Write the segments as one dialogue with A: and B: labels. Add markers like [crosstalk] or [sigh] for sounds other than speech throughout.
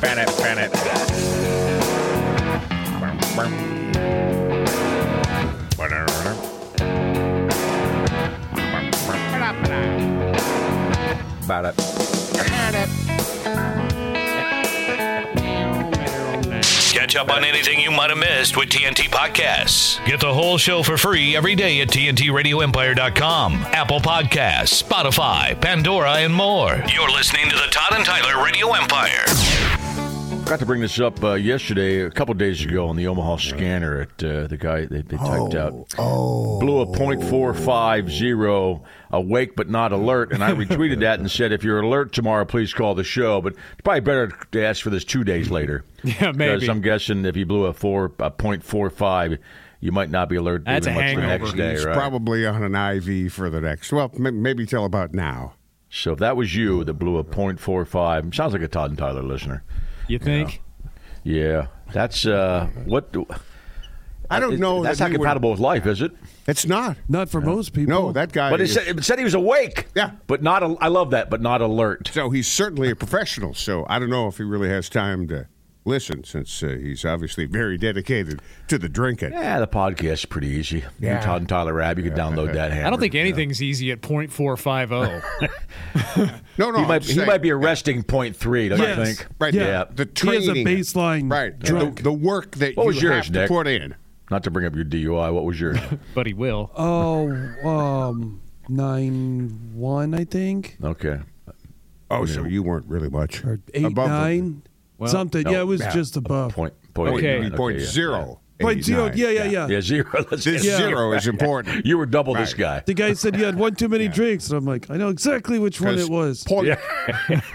A: Fan it, fan it. Burm, burm. Ba-da-da-da. Burm, burm. Ba-da-ba-da. Ba-da.
B: Catch up on anything you might have missed with TNT Podcasts.
C: Get the whole show for free every day at TNTRadioEmpire.com, Apple Podcasts, Spotify, Pandora, and more.
B: You're listening to the Todd and Tyler Radio Empire.
D: Got to bring this up uh, yesterday, a couple days ago, on the Omaha scanner. At uh, the guy they, they typed out, oh, blew a point four five zero, awake but not alert. And I retweeted that and said, if you're alert tomorrow, please call the show. But it's probably better to ask for this two days later.
E: [laughs] Yeah, maybe.
D: Because I'm guessing if you blew a four a point four five, you might not be alert.
E: That's
D: even
E: a
D: much the
E: hangover.
D: next day,
F: He's
D: right?
F: probably on an IV for the next. Well, m- maybe till about now.
D: so if that was you that blew a point four five, sounds like a Todd and Tyler listener.
E: You think?
D: Yeah, that's uh, what. Do,
F: I don't know.
D: Uh, That's
F: that
D: not
F: we would-
D: compatible with life, is it?
F: It's not.
G: Not for most people.
F: No, that guy.
D: But it
F: is-
D: said, it said he was awake.
F: Yeah.
D: But not, al- I love that, but not alert.
F: so he's certainly a professional. So I don't know if he really has time to listen, since uh, he's obviously very dedicated to the drinking.
D: Yeah, the podcast is pretty easy. Yeah. Todd and Tyler Rab, you can download that.
E: I don't think anything's easy at .450.
F: No, no.
D: He
F: I'm
D: might, he
F: saying-
D: might be arresting point three, don't you
G: Yes.
D: think?
F: Right.
D: Yeah.
F: The
G: he has a
F: training-
G: baseline.
F: Right.
G: Drunk.
F: The, the work that
D: What
F: you
D: was yours,
F: have
D: Nick?
F: to put in.
D: Not to bring up your DUI. What was
E: [laughs]
D: yours?
E: but he will.
G: Oh, um, nine one, I think,
D: okay.
F: Oh, so you weren't really much
G: or eight
F: above the-
G: nine, something. yeah, it was just above.
D: Point, point
E: Okay.
D: nine.
F: Oh, Point zero.
G: Point zero.
F: 89.
G: Yeah, yeah, yeah.
D: Yeah. Yeah, zero. [laughs] Let's
F: This
D: get-
F: zero is important.
D: You were double this
F: Right.
D: guy.
G: The guy said you had one
F: [laughs]
G: too many drinks, and I'm like, I know exactly which one it was.
F: Point,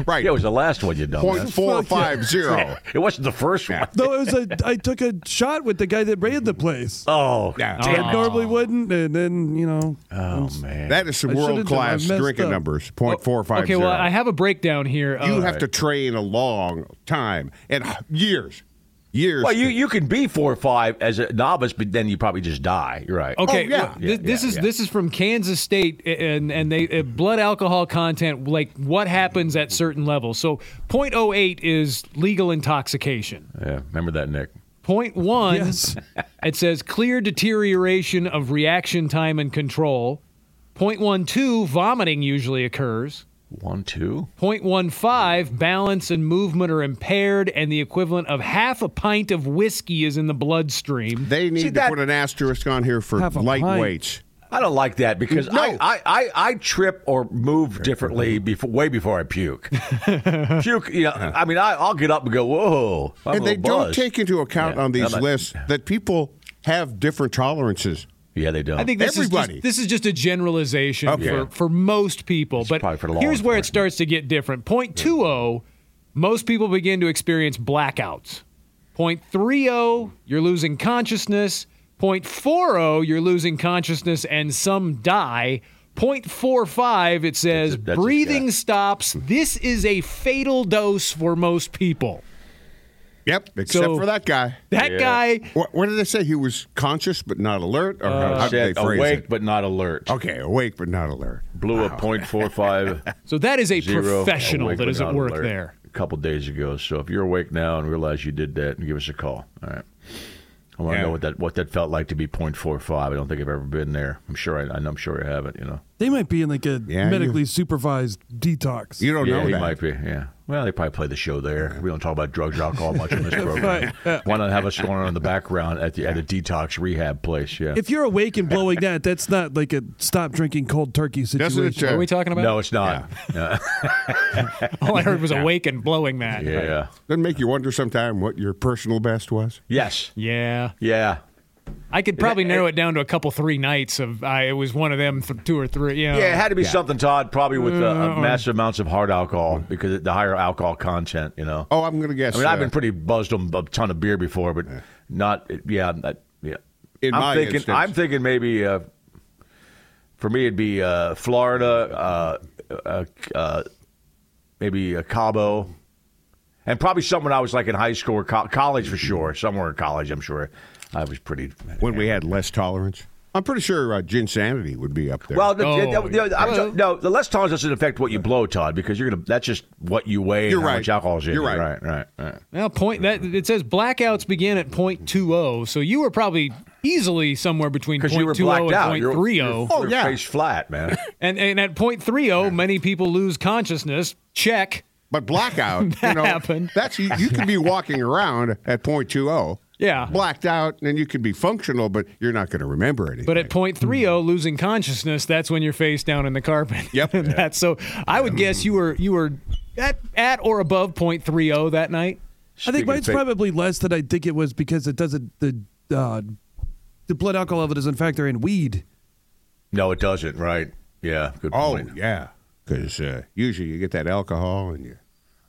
F: right.
D: Yeah, it was the last one you done.
F: point four
D: [laughs]
F: five zero.
D: It wasn't the first one.
G: no, it was a. I took a shot with the guy that ran
F: [laughs]
G: the place.
D: Oh,
F: Yeah.
G: I normally wouldn't, and then you know,
D: oh man.
F: That is some
G: I should've done- I
F: world class
G: messed
F: drinking
G: up.
F: numbers. Point four five
E: Okay,
F: zero.
E: well, I have a breakdown here.
F: you
E: of-
F: have to train a long time and years, years.
D: Well, you, you can be four or five as a novice, but then you probably just die. You're right.
E: Okay,
F: Oh, yeah.
E: well, thi- this
D: yeah,
E: is
D: yeah.
E: this is from Kansas State, a- and and they uh, blood alcohol content like what happens at certain levels. So 0.08 is legal intoxication.
D: Yeah, remember that, Nick.
E: Point one,
G: Yes.
E: [laughs] it says clear deterioration of reaction time and control. Point one two, vomiting usually occurs.
D: One, two.
E: Point one five, balance and movement are impaired, and the equivalent of half a pint of whiskey is in the bloodstream.
F: they need
D: See,
F: to
D: that-
F: put an asterisk on here for
G: Have a
F: lightweights.
D: I don't like that because
F: No.
D: I, I, I, I trip or move differently before, way before I
F: [laughs]
D: puke. puke, you know, I mean, I, I'll get up and go, whoa. I'm
F: And
D: a
F: they
D: little
F: don't
D: buzzed.
F: take into account
D: Yeah,
F: on these
D: I'm not-
F: lists that people have different tolerances.
D: Yeah, they don't.
E: I think this Is
F: Everybody.
E: just, this is just a generalization
F: Okay.
E: for, for most people.
D: probably
E: But
D: for law
E: here's where
D: enforcement.
E: it starts to get different. Point two oh, most people begin to experience blackouts. Point three oh, you're losing consciousness. Point four oh, you're losing consciousness and some die. Point four five, it says
D: That's a- Hmm. that's a
E: breathing
D: shot.
E: stops. This is a fatal dose for most people.
F: Yep, except
E: So-
F: for that guy.
E: That guy
F: What, what did they say? He was conscious but not alert, or how, how did
D: Said
F: they phrase
D: Uh, awake
F: Oh, it? Oh,
D: but not alert.
F: Okay, awake but not alert.
D: Blew a point four
F: [laughs]
D: five
E: so that is a
D: zero.
E: professional
D: awake
E: that
D: but
E: is at
D: not
E: work
D: alert
E: there.
D: A couple days ago. So if you're awake now and realize you did that, give us a call. All right. I want to
F: Yeah.
D: know what that what that felt like to be point four five. I don't think I've ever been there. I'm sure I, I'm sure I haven't. You know.
G: they might be in like a
F: Yeah,
G: medically supervised detox.
F: You don't
D: yeah,
F: Oh, know
D: he
F: that.
D: might be. Yeah. Well, they probably play the show there. We don't talk about drugs or alcohol much in this program. Why not have us going on in the background at the at a detox rehab place? Yeah.
G: if you're awake and blowing that, that's not like a stop drinking cold turkey
F: Doesn't
G: situation.
F: it? uh,
E: What are we talking about? [laughs]
D: no, it's not. Yeah.
E: All I heard
D: [laughs]
E: was awake and blowing that.
D: yeah.
F: doesn't make you wonder sometime what your personal best was?
D: Yes.
E: Yeah.
D: Yeah.
E: I could probably narrow it down to a couple three nights of I it was one of them th- two or three. You know.
D: Yeah, it had to be something, Todd. Probably with uh, uh, massive amounts of hard alcohol because it- the higher alcohol content, you know.
F: Oh, I'm gonna guess.
D: I mean, I've
F: uh,
D: been pretty buzzed on a ton of beer before, but not. Yeah, I'm not- yeah.
F: In
D: I'm
F: my
D: thinking.
F: instance.
D: I'm thinking maybe. Uh, for me, it'd be uh, Florida, uh, uh, uh, maybe uh, Cabo, and probably someone I was like in high school or co- college for sure. Somewhere in college, I'm sure. I was pretty.
F: when we had less tolerance. I'm pretty sure uh, gin sanity would be up there.
D: Well, the,
E: Oh,
D: the- the- the- I'm
E: yeah.
D: t- no, the less tolerance doesn't affect what you blow, Todd, because you're gonna. That's just what you weigh. and
F: You're
D: how
F: right.
D: Much alcohol's in
F: You're
D: you. Right.
F: right.
D: Right. Right.
E: Well, point that it says blackouts begin at .20, so you were probably easily somewhere between
D: Because you were Oh.
E: .20
D: blacked out.
E: and oh.
D: You're-
E: .30.
D: you're
F: Oh, yeah.
D: Face flat, man.
E: And and at .30, many people lose consciousness. Check.
D: [laughs]
F: but blackout, you know,
E: happened.
F: that's you, you could be walking around at point two zero.
E: Yeah.
F: blacked out, and you could be functional, but you're not going to remember anything.
E: But at .30,
D: Hmm.
E: losing consciousness, that's when you're face down in the carpet.
F: Yep.
E: [laughs] And that's so. I would guess you were you were at at or above .30 that night.
G: I think
D: Speaking of
G: mine's
D: fake-
G: probably less than I think it was because it doesn't the uh, the blood alcohol level doesn't factor in weed.
D: No, it doesn't. Right. Yeah. Good
F: oh
D: point.
F: yeah, because uh, usually you get that alcohol and you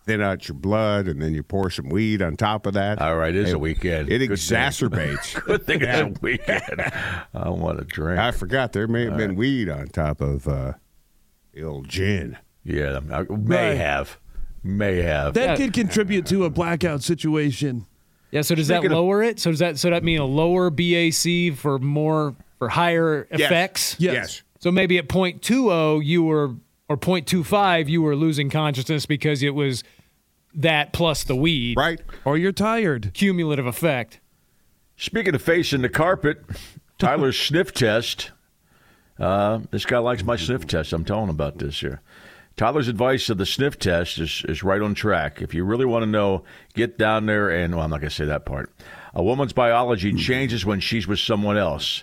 F: thin out your blood, and then you pour some weed on top of that.
D: All right, it is
F: Hey,
D: a weekend. Good
F: It
D: thing. [laughs]
F: exacerbates.
D: Good thing it's a weekend. [laughs] I want a drink.
F: I forgot there may have been weed on top of uh, the old gin.
D: yeah. I may
G: Right.
D: have. May have.
G: That could contribute to a blackout situation.
E: Yeah. So does that
D: Speaking of-
E: lower it? So does that so that mean a lower BAC for more for higher effects?
G: Yes.
E: So maybe at .20 you were or .25 you were losing consciousness because it was that plus the weed
F: right.
G: Or you're tired.
E: cumulative effect.
D: Speaking of facing the carpet, Tyler's sniff test. Uh, this guy likes my sniff test. I'm telling him about this here. Tyler's advice of the sniff test is, is right on track. If you really want to know, get down there and, well, I'm not going to say that part. A woman's biology changes when she's with someone else.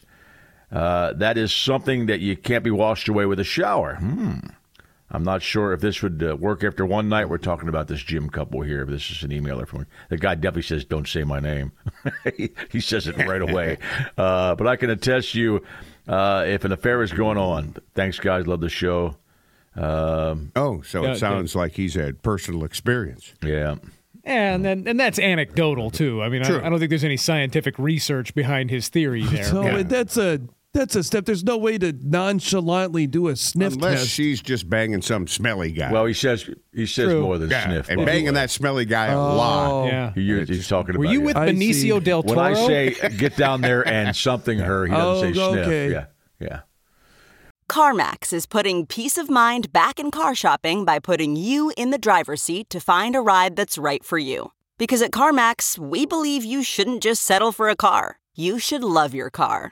D: Uh, that is something that you can't be washed away with a shower. Hmm. I'm not sure if this would uh, work after one night. We're talking about this gym couple here. This is an emailer from the guy. Definitely says, "Don't say my name." [laughs] he, he says it right
F: [laughs]
D: away. Uh, but I can attest you uh, if an affair is going on. Thanks, guys. Love the show. Um,
F: Oh, so
E: Yeah,
F: it
E: yeah.
F: sounds like he's had personal experience.
D: Yeah.
E: And then and that's anecdotal too. I mean, I,
F: True.
E: I don't think there's any scientific research behind his theory there.
G: So
F: Yeah.
G: that's a that's a step. There's no way to nonchalantly do a sniff
F: Unless
G: test.
F: she's just banging some smelly guy.
D: Well, he says he says
E: True.
D: more than
F: Uh, Yeah,
D: sniff.
F: and banging that smelly guy a
E: Oh.
G: Oh.
F: lot.
E: yeah.
D: He, he's talking
E: Were
D: about
E: you
D: yeah.
E: with
G: I see.
E: Benicio del
D: when
E: Toro?
D: I say get down there and something her? He doesn't
E: [laughs]
G: Oh,
D: say sniff.
G: okay.
D: Yeah. Yeah.
H: CarMax is putting peace of mind back in car shopping by putting you in the driver's seat to find a ride that's right for you. Because at CarMax, we believe you shouldn't just settle for a car, you should love your car.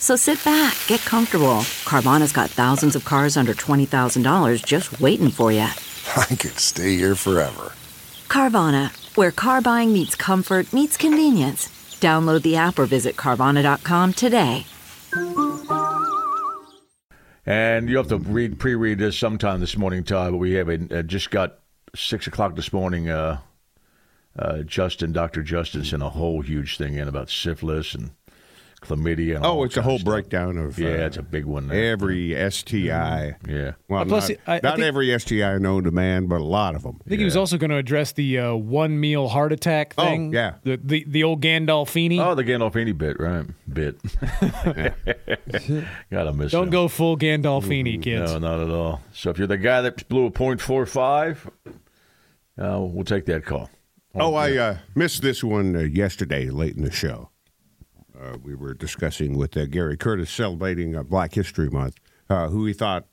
I: So sit back, get comfortable. Carvana's got thousands of cars under $20,000 just waiting for you.
J: [laughs] I could stay here forever.
I: Carvana, where car buying meets comfort, meets convenience. Download the app or visit Carvana.com today.
D: And you have to read pre-read this sometime this morning, Todd. But we have a, uh, just got six o'clock this morning. Uh, uh, Justin, Doctor Justin, sent a whole huge thing in about syphilis and chlamydia. And all
F: Oh, it's a
D: kinds
F: whole
D: of stuff.
F: breakdown of
D: Yeah,
F: uh,
D: it's a big one. Mm-hmm. there.
F: every STI.
D: yeah.
F: Well,
E: Uh, plus,
F: not,
E: I- I
F: not
E: think-
F: every STI known to man, but a lot of them.
E: I think he was also going to address the uh, one meal heart attack
F: Oh,
E: thing.
F: yeah.
E: The the, the old Gandolfini.
D: Oh, the Gandolfini bit, right? Bit. [laughs] Gotta miss.
E: Don't
D: him.
E: go full Gandolfini, kids.
D: No, not at all. So if you're the guy that blew a point four five, uh, we'll take that call.
F: Oh, I uh, missed this one uh, yesterday, late in the show. Uh, we were discussing with uh, Gary Curtis celebrating uh, Black History Month, uh, who he thought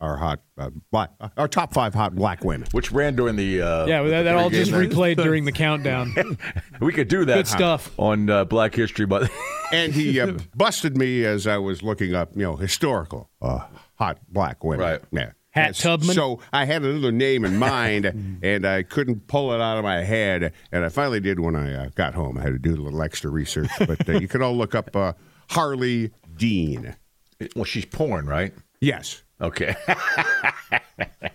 F: are hot uh, black, our top five hot black women.
D: Which ran during the uh,
E: Yeah, well, that, that all just
D: Game night.
E: replayed during the countdown.
D: We could do that.
E: Good stuff.
D: On uh, Black History Month. [laughs]
F: and he uh, busted me as I was looking up, you know, historical uh, hot black women. Right. Yeah.
E: Hat
F: Yes.
E: Tubman?
F: So I had another name
D: [laughs]
F: in mind, and I couldn't pull it out of my head. And I finally did when I uh, got home. I had to do a little
D: [laughs]
F: extra research, but uh, you can all look up uh, Harley Dean.
D: Well, she's porn, right?
F: Yes.
D: Okay. [laughs]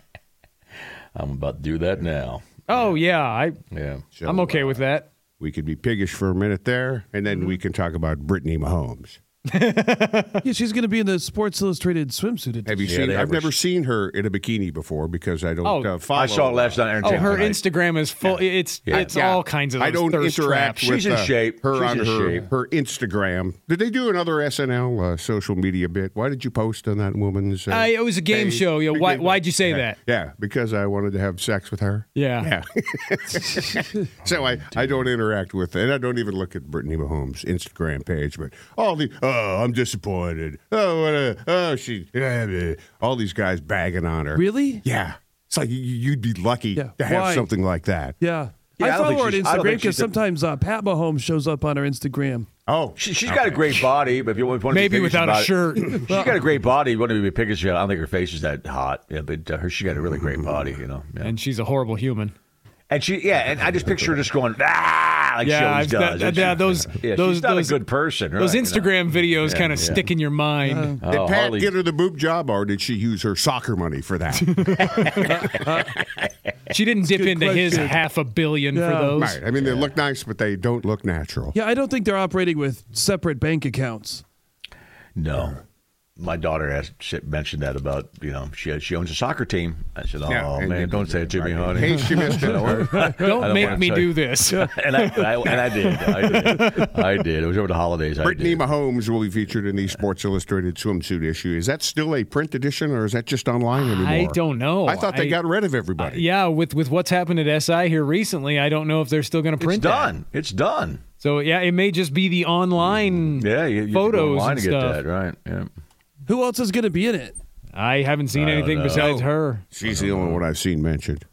D: I'm about to do that now.
E: Oh yeah, I
D: Yeah.
E: I'm okay with that.
F: We could be piggish for a minute there, and then
D: Mm-hmm.
F: we can talk about Brittany Mahomes.
G: Yeah, she's going to be in the Sports Illustrated swimsuit. edition.
F: Have you
D: Yeah,
F: seen?
D: they
F: I've
D: have her-
F: never seen her in a bikini before because I don't
E: Oh,
F: uh, follow.
D: I saw it last night. Aaron
E: Oh,
D: James
E: her
D: tonight.
E: Instagram is full. It's
D: Yeah.
E: it's
F: Yeah.
E: all kinds of.
F: I
E: those
F: don't
E: thirst
F: interact
E: traps.
F: with
D: She's in
F: uh,
D: shape.
F: her
D: She's
F: on
D: in
F: her,
D: shape.
F: her Instagram. Did they do another SNL uh, social media bit? Why did you post on that woman's? Uh,
E: Uh, it was a game
F: page?
E: show. Yeah,
F: Big
E: why
F: game-
E: why'd you say
F: Yeah.
E: that?
F: Yeah, because I wanted to have sex with her.
E: Yeah.
F: Yeah. [laughs] so I, I don't interact with and I don't even look at Brittany Mahomes' Instagram page, but all the oh I'm disappointed. Oh what a, oh she [laughs] yeah, yeah." all these guys bagging on her.
G: Really?
F: Yeah. It's like you- you'd be lucky
G: Yeah.
F: to have
G: Why?
F: something like that.
G: Yeah.
D: Yeah, I
G: I
D: don't
G: follow
D: think
G: her on
D: she's- I don't
G: Instagram
D: think
G: because
D: she's a-
G: sometimes uh, Pat Mahomes shows up on her Instagram.
F: Oh,
D: She, she's got a great body, but if you want to be
E: Maybe
D: piggish
E: without a
D: about it- [laughs]
E: shirt.
D: she's got a great body. You want to be piggish? about it, I don't think her face is that hot. Yeah, but uh, her, she got a really great body. You know, yeah.
E: And she's a horrible human.
D: and she, yeah, and I just picture her just going ah, like she
E: Yeah,
D: always
E: I've-
D: does.
E: that-
D: And
E: yeah,
D: she-
E: those-
D: yeah,
E: those-
D: she's not
E: those-
D: a good person.
E: Those
D: right, you know.
E: Instagram videos kind of
D: yeah.
E: stick in your mind.
D: Oh,
F: Did Pat
D: Harley-
F: get her the boob job, or did she use her soccer money for that?
E: she didn't dip into his
G: question.
E: half a billion for
G: Yeah.
E: those.
F: right. I mean, they look nice, but they don't look natural.
G: Yeah, I don't think they're operating with separate bank accounts.
D: No, my daughter has she mentioned that about you know she she owns a soccer team. I said, oh
F: Yeah, and you-
D: man, don't say it to me, honey. [laughs]
F: In case you missed it.
E: Don't,
D: don't
E: make
D: wanna
E: me
D: say-
E: do this.
D: and I, I and I did, I did, I did. It was over the holidays. I
F: Brittany
D: did.
F: Mahomes will be featured in the Sports Illustrated swimsuit issue. Is that still a print edition, or is that just online anymore?
E: I don't know.
F: I thought they got rid of everybody.
E: Yeah, with with what's happened at SI here recently, I don't know if they're still going to print
D: It's
E: that.
D: done. It's done.
E: So yeah, it may just be the online
D: Mm, Yeah, you, you have to go
E: photos
D: online
E: and
D: to get
E: stuff.
D: that right. Yeah.
G: Who else is going to be in it?
E: I haven't seen anything besides her.
F: She's the only one I've seen mentioned.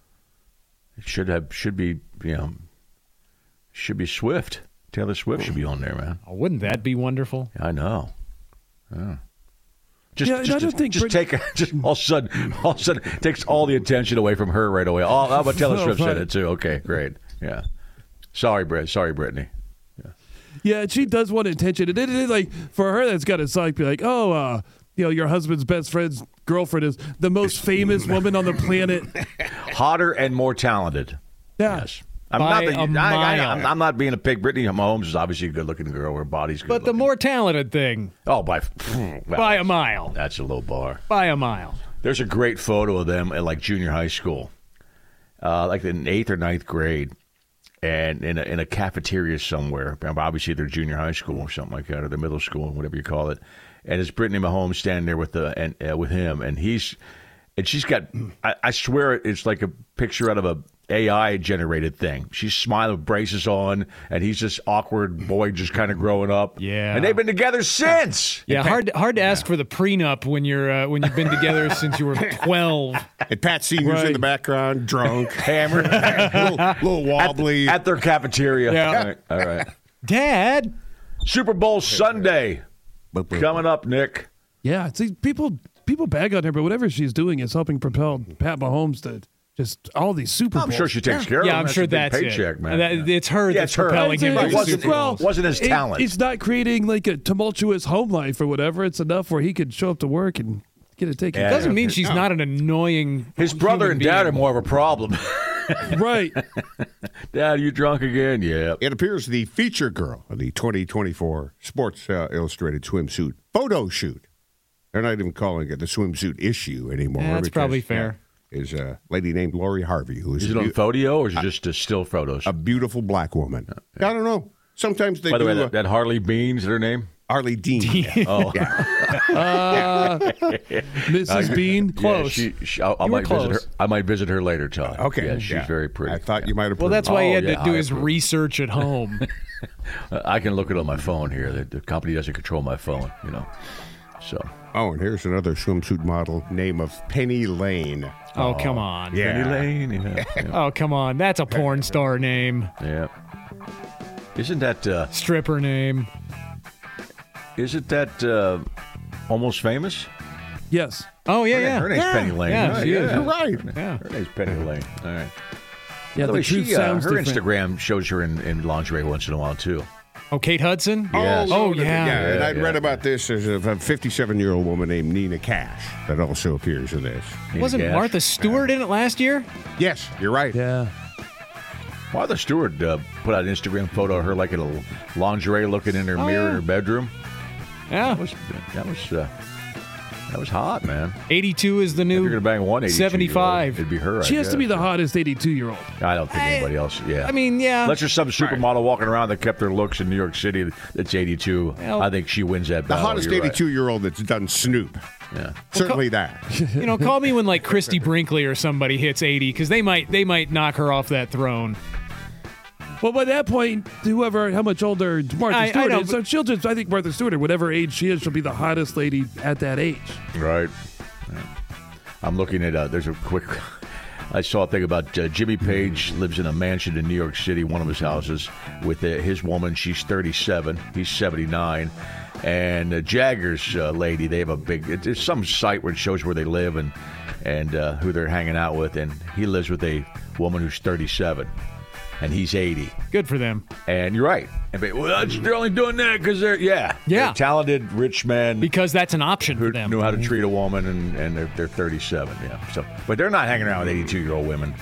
D: It should have should be you know should be Swift. Taylor Swift should be on there, man.
E: Oh, wouldn't that be wonderful?
D: I know. Yeah. Just,
G: Yeah, and I
D: just,
G: don't think
D: just
G: Brit-
D: take just all of a sudden, all of a sudden takes all the attention away from her right away. Oh, how about
E: [laughs]
D: Taylor
G: Oh,
D: Swift said
G: funny.
D: it too? Okay, great. Yeah. Sorry, Brett. Sorry, Brittany.
G: Yeah, and she does want attention. And it, it, like for her, that's got to suck. Be like, oh, uh, you know, your husband's best friend's girlfriend is the most famous woman on the [laughs] planet.
D: Hotter and more talented.
G: Yeah.
D: Yes. I'm not.
E: By a
D: The, I,
E: mile.
D: I, I'm, I'm not being a pig. Brittany Mahomes is obviously a good-looking girl. Her body's good.
E: But the more talented thing,
D: oh, by well,
E: by a mile,
D: That's a low bar.
E: by a mile.
D: There's a great photo of them at like junior high school, uh, like in eighth or ninth grade, and in a, in a cafeteria somewhere. Obviously, they're junior high school or something like that, or their middle school, whatever you call it. And it's Brittany Mahomes standing there with the and uh, with him, and he's and she's got. I, I swear, it's like a picture out of a AI generated thing. She's smiling, with braces on, and he's this awkward boy, just kind of growing up.
E: Yeah.
D: and they've been together since.
E: [laughs] Yeah, hard hard to ask for the prenup when you're uh, when you've been
D: [laughs]
E: together since you were twelve.
F: And Pat Senior's in the background, drunk,
D: Hammered.
F: little, little wobbly.
D: at their cafeteria.
E: Yeah.
D: All right. All right.
E: Dad,
D: Super Bowl Sunday coming up, Nick.
G: Yeah, see, people people bag on her, but whatever she's doing is helping propel Pat Mahomes to just all these Super
D: I'm
G: Bowls.
D: sure she takes care of him.
E: yeah, I'm sure
D: a big
E: that's
D: paycheck,
E: it.
D: man.
E: That-
D: Yeah.
E: It's her
D: Yeah,
E: that's
D: it's her.
E: propelling him.
D: It
E: to
G: It's-
E: the
D: wasn't-
E: Super Bowl.
G: well,
D: wasn't his
G: it-
D: talent.
G: It's not creating like a tumultuous home life or whatever. It's enough where he could show up to work and get it taken.
D: Yeah.
G: care
E: Doesn't mean she's not an annoying.
D: His brother
E: human
D: and dad
E: being.
D: are more of a problem. [laughs]
G: of. [laughs] right.
D: dad, you drunk again? Yeah.
F: It appears the feature girl of the 2024 Sports uh, Illustrated swimsuit photo shoot. They're not even calling it the swimsuit issue anymore.
E: Yeah, that's
F: because,
E: probably
F: yeah,
E: fair.
F: Is a lady named Lori Harvey, who is,
D: Is
F: a,
D: it on
F: beau-
D: photo or is it just uh, still photos?
F: a beautiful black woman. I don't know. Sometimes they
D: By the
F: do
D: way,
F: uh,
D: that, that Harley Beans, is her name?
F: Harley Dean.
D: Oh, [laughs]
G: Mrs. Bean.
D: Yeah,
E: Close.
D: she, she, I, I
E: You were
D: might visit her.
E: close.
D: I might visit her later, Todd.
F: Okay.
D: Yeah, she's
F: Yeah.
D: very pretty.
F: I thought you might have.
E: Well, that's why he
D: Oh,
E: had
D: yeah,
E: to do
D: I
E: his
D: approve.
E: research at
D: [laughs]
E: home.
D: Uh, I can look it on my phone here. The, the company doesn't control my phone, you know. So
F: Oh, and here's another swimsuit model, name of Penny Lane.
E: oh, come on.
D: Penny Lane. yeah, yeah.
E: Oh, come on. That's a porn star name, [laughs]
D: Yeah. Isn't that uh,
E: stripper name.
D: Isn't that uh, almost famous?
G: Yes.
E: Oh yeah,
D: her,
E: yeah.
D: Her name's
E: yeah.
D: Penny Lane.
E: Yeah,
D: Right,
E: she is.
D: yeah.
E: You're
F: right.
E: Yeah.
D: Her name's Penny Lane. All right.
G: Yeah,
D: By
G: the
D: way,
G: truth
D: she, uh,
G: sounds
D: her
G: different.
D: Instagram shows her in, in lingerie once in a while too.
E: Oh, Kate Hudson.
D: Yes.
E: Oh,
F: yeah.
E: yeah.
F: and
D: Yeah,
F: I'd
D: yeah.
F: read about this. There's a 57 year old woman named Nina Cash that also appears in this.
D: Nina
E: Wasn't
D: Gash.
E: Martha Stewart in it last year?
F: Yes, you're right.
G: Yeah.
D: Martha Stewart uh, put out an Instagram photo of her like in a lingerie looking in her
E: Oh,
D: mirror
E: yeah.
D: in her bedroom. That
E: Yeah.
D: was that was uh, that was hot, man.
E: 82 is the
D: If
E: new.
D: you're gonna bang one eighty,
E: 75.
D: It'd be her.
G: She
D: I
G: has to be
D: guess.
G: the hottest 82 year old.
D: I don't think anybody else. Yeah.
E: I mean, yeah.
D: Unless there's some supermodel walking around that kept their looks in New York City that's 82.
E: Well,
D: I think she wins that
F: The
D: battle.
F: hottest
D: Oh, You're right.
F: 82 year old that's done Snoop.
D: Yeah.
F: Certainly that.
E: You know, call me when like Christy Brinkley or somebody hits 80 because they might they might knock her off that throne.
G: Well, by that point, whoever, how much older Martha
E: I- I
G: Stewart
E: know,
G: is,
E: but-
G: so she'll just, I think Martha Stewart, at whatever age she is, she'll be the hottest lady at that age.
D: Right. Yeah. I'm looking at. Uh, there's a quick. [laughs] I saw a thing about uh, Jimmy Page lives in a mansion in New York City, one of his houses, with uh, his woman. She's 37. He's 79. And uh, Jagger's uh, lady, they have a big. It, there's some site where it shows where they live and and uh, who they're hanging out with. And he lives with a woman who's 37, and he's 80.
E: Good for them.
D: And you're right. And but, well, that's- they're only doing that because they're yeah
E: Yeah.
D: They're talented rich man
E: Because that's an option
D: who
E: for them. Mm-hmm.
D: know how to treat a woman, and, and they're, they're 37. Yeah. So, but they're not hanging around with 82 year old women.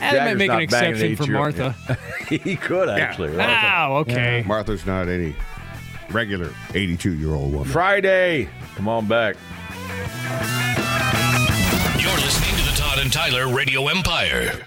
E: Eh, they might
D: Jagger's
E: make an
D: not banging
E: exception for
D: 82 -year-old.
E: Martha.
D: [laughs] he could actually. right?
E: Wow, okay.
F: Martha's not any regular 82 year old woman.
D: Friday, come on back.
C: You're listening to the Todd and Tyler Radio Empire.